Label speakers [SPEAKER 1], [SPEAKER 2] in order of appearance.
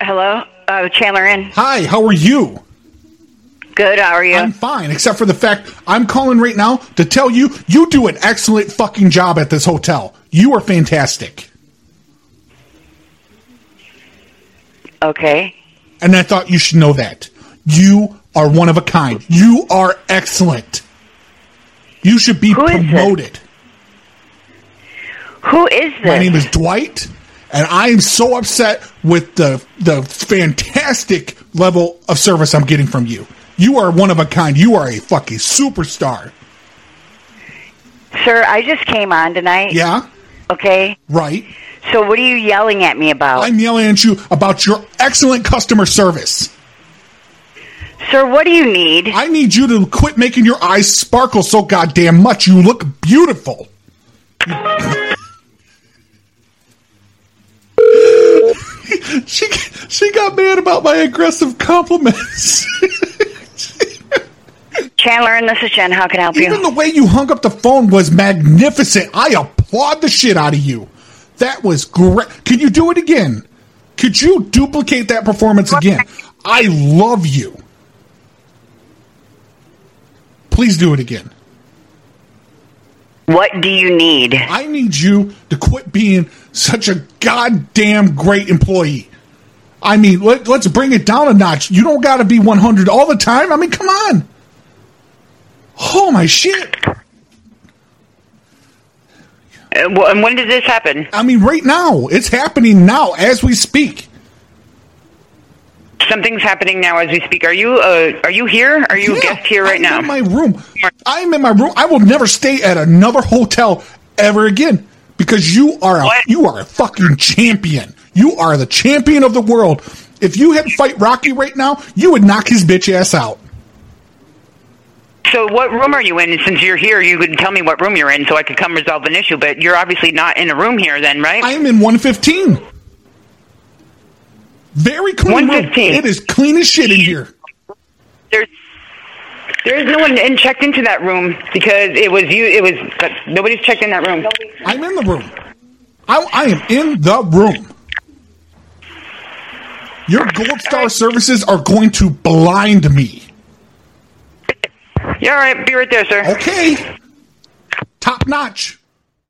[SPEAKER 1] Hello, uh, Chandler. In
[SPEAKER 2] Hi, how are you?
[SPEAKER 1] good. How are you?
[SPEAKER 2] I'm fine, except for the fact I'm calling right now to tell you you do an excellent fucking job at this hotel. You are fantastic.
[SPEAKER 1] okay.
[SPEAKER 2] And I thought you should know that. You are one of a kind. You are excellent. You should be
[SPEAKER 1] Who is this?
[SPEAKER 2] promoted.
[SPEAKER 1] Who is this?
[SPEAKER 2] My name is Dwight, and I am so upset with the the fantastic level of service I'm getting from you. You are one of a kind. You are a fucking superstar.
[SPEAKER 1] Sir, I just came on tonight.
[SPEAKER 2] Yeah?
[SPEAKER 1] Okay.
[SPEAKER 2] Right?
[SPEAKER 1] So what are you yelling at me about?
[SPEAKER 2] I'm yelling at you about your excellent customer service.
[SPEAKER 1] Sir, what do you need?
[SPEAKER 2] I need you to quit making your eyes sparkle so goddamn much. You look beautiful. she she got mad about my aggressive compliments.
[SPEAKER 1] Chandler, and this is Jen. How can I help you?
[SPEAKER 2] Even the way you hung up the phone was magnificent. I applaud the shit out of you. That was great. Could you do it again? Could you duplicate that performance again? I love you. Please do it again.
[SPEAKER 1] what do you need?
[SPEAKER 2] I need you to quit being such a goddamn great employee. I mean, let, let's bring it down a notch. You don't got to be 100 all the time. I mean, come on. Oh, my shit.
[SPEAKER 1] Uh, wh- and when did this happen?
[SPEAKER 2] I mean, right now, it's happening now as we speak.
[SPEAKER 1] Something's happening now as we speak. Are you uh, are you here? Are you a
[SPEAKER 2] Yeah,
[SPEAKER 1] guest here right
[SPEAKER 2] I'm
[SPEAKER 1] now?
[SPEAKER 2] In my room. I'm in my room. I will never stay at another hotel ever again because you are a
[SPEAKER 1] What?
[SPEAKER 2] you are a fucking champion. You are the champion of the world. If you had to fight Rocky right now, you would knock his bitch ass out.
[SPEAKER 1] so what room are you in? Since you're here, you could tell me what room you're in so I could come resolve an issue. But you're obviously not in a room here, then, right?
[SPEAKER 2] I am in 115. Very clean. room.
[SPEAKER 1] 115.
[SPEAKER 2] It is clean as shit in here.
[SPEAKER 1] there's there's no one in checked into that room because it was you. It was but nobody's checked in that room.
[SPEAKER 2] I'm in the room. I, I am in the room. Your gold star services are going to blind me.
[SPEAKER 1] Yeah, all right. Be right there, sir.
[SPEAKER 2] Okay. Top notch.